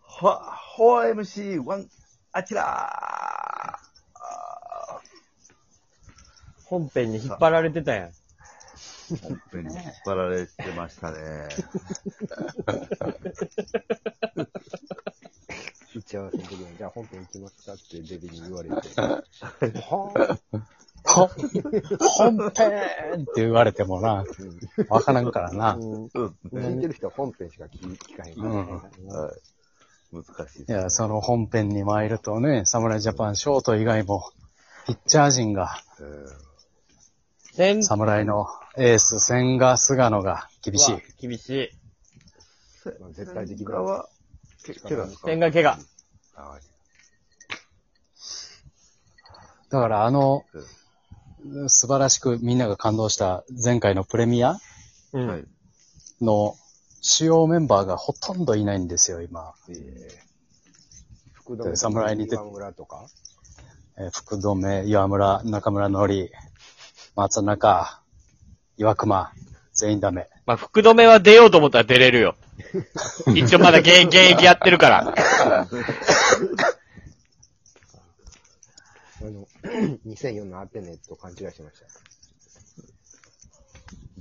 ほ、ほ MC1、あちら本編に引っ張られてたやん。ー本編に引っ張られてましたね。打ち合わせの時に、じゃあ本編行きますかってデビに言われて。はぁほ本編って言われてもな、わからんからな。そうです聞いね。てる人は本編しか聞聞かへんからね。はい。難しいでいす。や、その本編に参るとね、侍ジャパンショート以外も、ピッチャー陣が、先侍のエース、千賀、菅野が厳しい。。厳しい。まあ絶対的にこれは、け、けがですか千賀怪我。はいだからあの、うん素晴らしくみんなが感動した前回のプレミアうん。はい。の主要メンバーがほとんどいないんですよ、今。福で侍に出て岩村とか、えー福留、岩村、中村則、松中、岩熊、全員ダメ。まあ、福留は出ようと思ったら出れる よ。一応まだ現現役やってるから。あの、2004のアテネと勘違いしてました。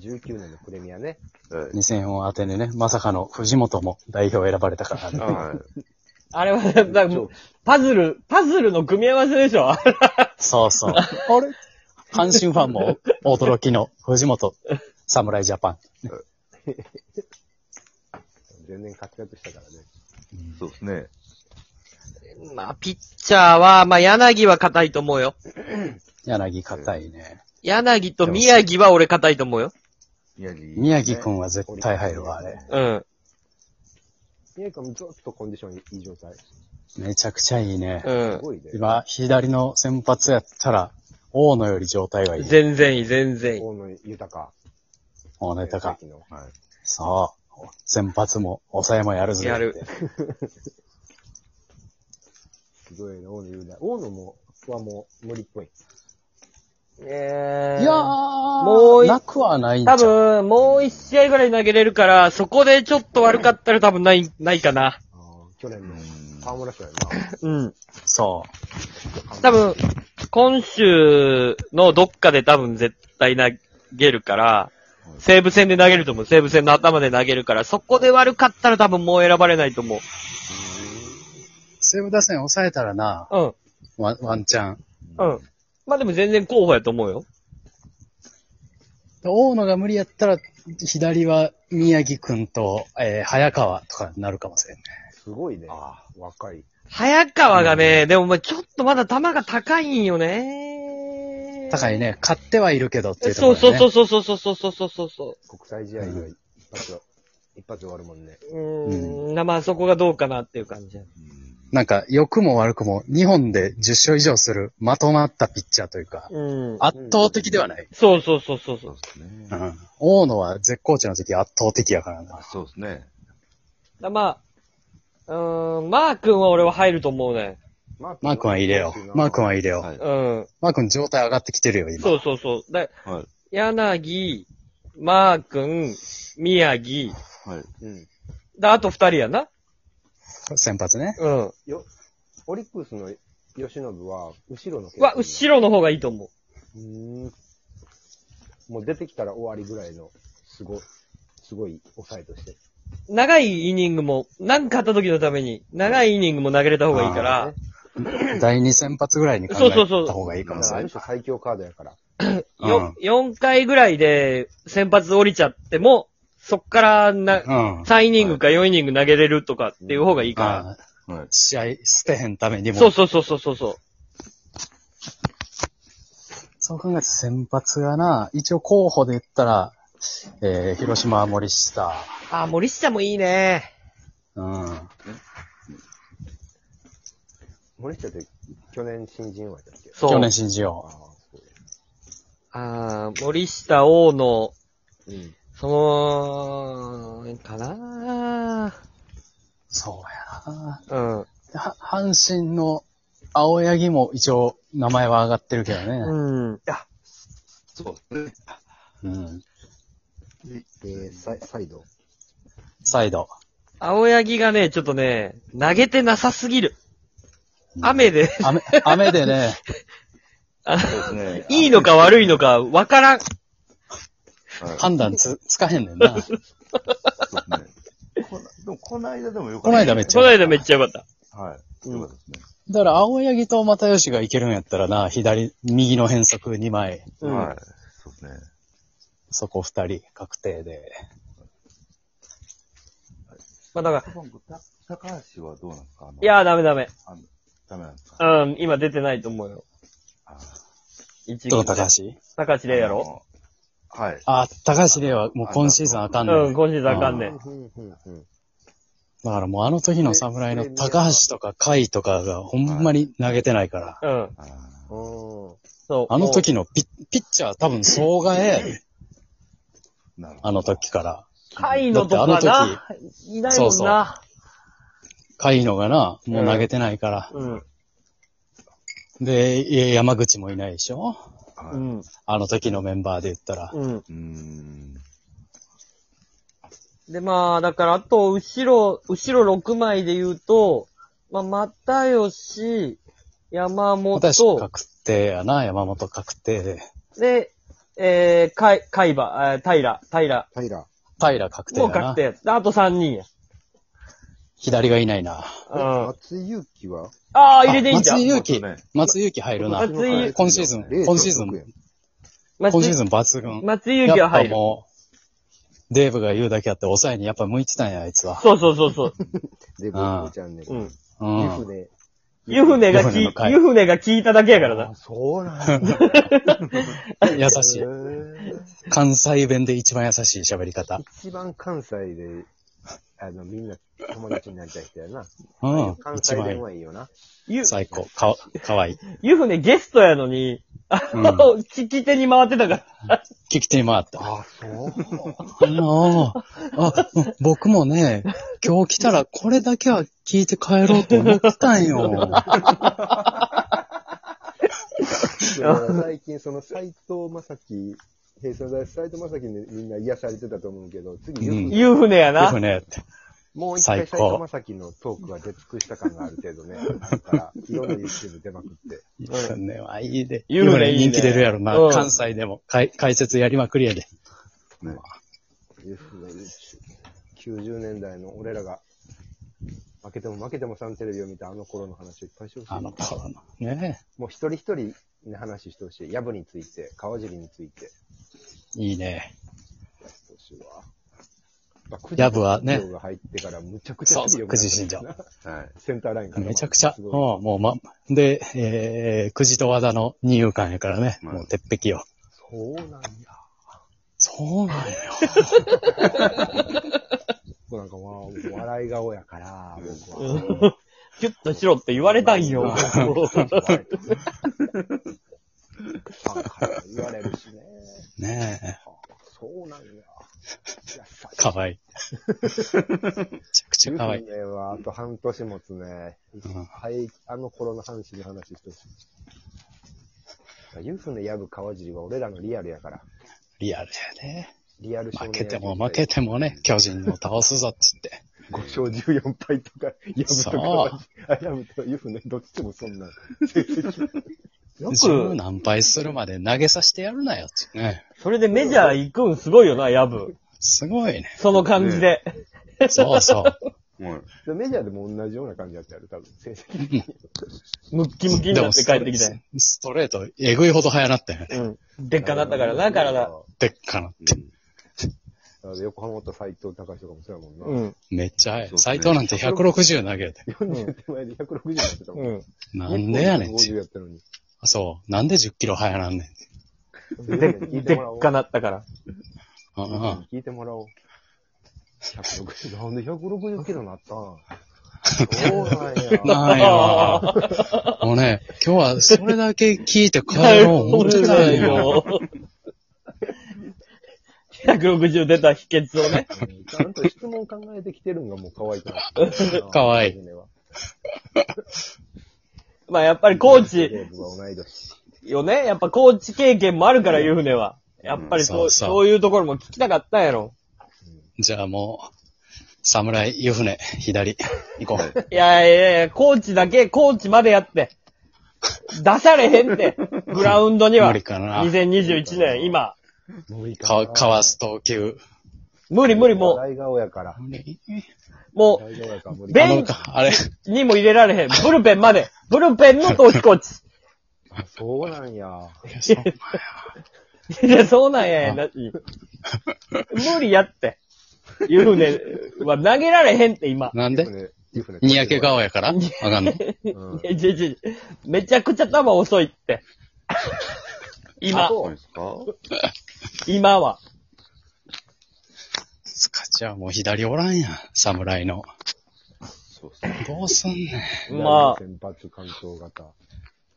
19年のプレミアね。はい2004アテネね、まさかの藤本も代表選ばれたからね。はい。あれは、だからもうパズル、パズルの組み合わせでしょそうそう。あれ阪神ファンも驚きの藤本、侍ジャパン。全然活躍したからね。そうですね。まあ、ピッチャーは、まあ、柳は硬いと思うよ。柳硬いね。柳と宮城は俺硬いと思うよ。宮城。宮城くんは絶対入るわ、あれ。うん。宮城君ずっとコンディションいい状態。すめちゃくちゃいいね。うん。ごいね。今、左の先発やったら、大野より状態がいい。全然いい、全然いい。大野豊。大野高。さっきのはい。そう。先発も、抑えもやるぜ。やる。すごいね、大野雄大。大野も、はもう無理っぽい。えいやー、ういなくはないんちゃ多う分、もう一試合ぐらい投げれるから、そこでちょっと悪かったら多分ない、ないかな。あー去年のうん沢村賞やうん。そう。多分、今週のどっかで多分絶対投げるから、西武戦で投げると思う。西武戦の頭で投げるから、そこで悪かったら多分もう選ばれないと思う。西武打線抑えたらな、うん。ワンワンチャン。うん。まあでも全然候補やと思うよ。大野が無理やったら、左は宮城くんと、えー早川とかになるかもしれんね。な。すごいね。若い。早川がね、でもまあちょっとまだ球が高いんよね。高い。いね。買ってはいるけどっていうとこそろ、うね。そうそうそうそうそうそうそうそうそ国際試合では一発、一発終わるもんね。う。うーん。なまあそこがどうかなっていう感じ。なんか、良くも悪くも、日本で10勝以上するまとまったピッチャーというか、うん。圧倒的ではない。そうそうそうそうそそうう。ですねう。ん。大野は絶好調の時圧倒的やからな。そうですね。だまあ、うーん、マー君は俺は入ると思うね。ママー君は入れよう。マー君は入れよう。はい。うん。マー君状態上がってきてるよ、今。そうそうそう。だはい。柳、マー君、宮城。はい。うん。だ、あと二人やな。先発ね。うん。よ、オリックスの吉信は、後ろのは、後ろの方がいいと思う。ろ。うーんもう出てきたら終わりぐらいの、すごい、すごい抑えとして。長いイニングも、なんかあった時のために、長いイニングも投げれた方がいいから、第2先発ぐらいに考えた方がいいかだもかしら、あれなるい。種最強カードやから。うんよ、4回ぐらいで先発降りちゃっても、そっからな、うん。 3イニングか4イニング投げれるとかっていう方がいいかあーはい。試合捨てへんためにら。も。そうそうそうそうそうそそう考えて先発がな、一応候補で言ったら、えー、広島森下。う。あー、森下もいいね。うん。森下って、去年新人王やったっけそう。去年信じあよあ、そうあー森下王の、うん。その、かなう。そうやな。うん。は阪神の青柳も一応名前は上がってるけどね。うん。そうですね。うん。で、サイサイド。サイド。青柳がね、ちょっとね、投げてなさすぎる。雨 で、雨、雨でね、あのそうですね。 いいのか悪いのかわからん。はい判断つ、つかへんねんな。そうですねこなでもこ の間でもよかこった。ないだめっちゃ。この間めっちゃよかった。ゃ。はい。よかったですね。だから、青柳と又吉がいけるんやったらな、左、右の変則2枚、うんはい。そうですね。そこ2人確定で。まあだから、た高橋はどうなんですかあのい、やーダメダメ。あのダメなんですかうん、今出てないと思うよ。あ一ど軍ので高橋高橋麗やろあのはい。あ、高橋ではもう今シーズンあかんねうん、ん。今シーズンあかんね。うんんうんうんだからもうあの時の侍の高橋とか甲斐とかがほんまに投げてないから。うん、あーうん。そう。あの時のピッピッチャー多分総替え、なるほど。あの時から。タイのとかな、だっていないもんな。そう甲斐のがな、もう投げてないから。うん、で、い山口もいないでしょはうい。ん、あの時のメンバーで言ったら。うん。うーん。で、まあ、だから、あと、後ろ、後ろ6枚で言うと、まあ、又吉、山私本、確定やな、山本確定で。で、えー、かい、海馬、えー、平、平。平。平確定もやうな確。定や。であと3人や。左がいないな。うん。あ松井裕樹はあー、入れていいんじゃ松井ん。裕そ樹うですね、松井裕樹入るな。松井裕今シーズン、今シーズン、今シーズン抜群。松井裕樹は入やる。っぱもう、デーブが言うだけあって、抑えにやっぱ向いてたんや、あいつは。そうそうそうそう。デブーチャンネル。う。うんうん。ん。で。湯船が湯船きの、回湯船が聞いただけやからな。あ、そうなんだ。 優へしい。ー関西弁で一番優しい喋り方。 一番関西で、あの、みんな友達になりたい人やな。うん。関一西番い弁い。はいいよな。湯、最高。か、かわいい。湯船ゲストやのに、あ の、 聞き手に回ってたから。聞き手に回った。あ、 そう。あのーあ、うん僕もね、今日来たらこれだけは聞いて帰ろうと思ってたん よ。最近、その斎藤正樹、平成の大斎藤正樹にみんな癒されてたと思うけど、次、うんよく湯船や湯な。船って。もう一回最高斎藤正樹のトークは出尽くした感がある程度ね、だから、いろんな YouTube 出まくって。湯船はいいで。湯湯船船いいね人気出るやろなうん。関西でもかい解説やりまくりやで。 90年代の俺らが、負けても負けてもサンテレビを見たあの頃の話をいっぱいしてほしあい。の頃の。ねもう一人一人に話してほしい。ヤブについて、川尻について、いいね。してほしいわ。ヤブはね九条が入ってからむちゃくちゃそうそうくなった九条新はい。センターラインから。めちゃくちゃ。すうん、ごいもうま、で、えー、くじと和田の二遊間やからね。うんもう鉄壁よ。そうなんや。そうなんよ。もうなんかわ笑い顔やから、僕 は。キュッとしろって言われたんよ。ファンから言われるしね。ねえ。そうなんや。かわいい。めちゃくちゃかわいい。ねは、あと半年持つね。んはい、あの頃の阪神の話してほしい。ユーフのヤブ川尻は俺らのリアルやから。リアルだよね。リアル少負年けても野球負けてもね、巨人を倒すぞっつって。 5勝14敗とか、ヤブと川尻あヤブとユーフのどっちもそんな 成績。よ10く、何倍するまで投げさせてやるなよっつってね。それでメジャー行くんすごいよな、ヤブ。すごいね。その感じで。そうそう。はい。でメジャーでも同じような感じやったやろ、多分。成績。ムッキムキにでなもってス帰トっレてきたよ。スストレート、えぐいほど早なったよね。うん。でっかなったからな、体。。でっかなって。横浜と斎藤隆とかもそうやもんな。うん。めっちゃ早いそう。ですね斎藤なんて160投げて。 40手前で160になってたもん。うん。なんでやねんって50。やったのに。そう。なんで10キロ早なんねんって。で、でっかなったから。ああ聞いてもらおう。160、なんで160キロなったん そうなんや。ないわ。もうね、今日はそれだけ聞いて帰ろう思ってたんよ。 160出た秘訣をね。ちゃんと質問考えてきてるんがもう可愛くなった。可愛い初めは。まあやっぱりコーグレチーブは同い年。よね。やっぱコーチ経験もあるから、湯船は。やっぱりそうう、んそうそうそういうところも聞きたかったんやろ。じゃあも侍、湯船、左。行こう。いやいやいや、コーチだけ、コーチまでやって。出されへんって。グラウンドには。無理かな2021年、今。無理か、かわす投球。無理無理も笑い顔やから。う、も笑い顔やから無理ベあンのあれ、う、にも入れられへん。ブルペンまで。ブルペンの投手コーチ。そうなんや。いや、そうなんや、な無理やって。湯船は投げられへんって、今。なん湯 で船湯船にやけ顔やからわかんない。ういんやちょちょめちゃくちゃ球遅いって。今、そうですか今は。スカチはもう左おらんやん。侍の。そうですね。どうすんねまあ先発関東型。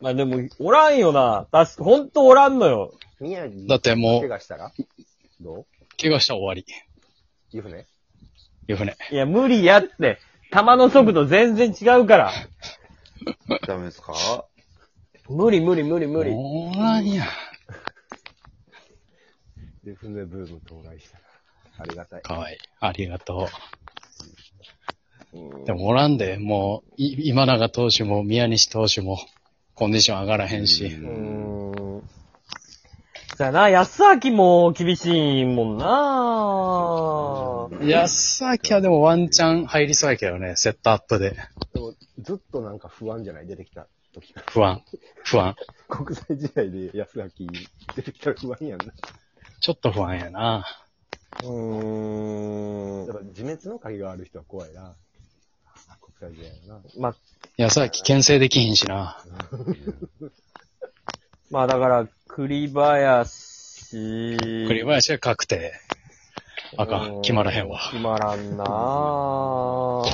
まあでも、おらんよな。確か、ほんとおらんのよ。宮城ん。だっても怪う、我したらど怪我したら終わり。う湯船湯船。いや、無理やって。球の速度全然違うから。ダメですか無理無理無理無理。もうおらんやん。湯船ブーム到来したら。ありがたい。かわいい。ありがとう。でもおらんで、もう、い今永投手も宮西投手も、コンディション上がらへんし。うーん。じゃあな、安明も厳しいもんな。安崎はでもワンチャン入りそうやけどね、セットアップで。でも、ずっとなんか不安じゃない出てきた時から。不安。不安。国際試合で安明出てきたら不安やんな。ちょっと不安やな。うーやっん。ぱ自滅の鍵がある人は怖いな。国際試合やな。まあ、安崎牽制できひんしな。まあだから、栗林。栗林は確定。あかうんん。決まらへんわ。決まらんな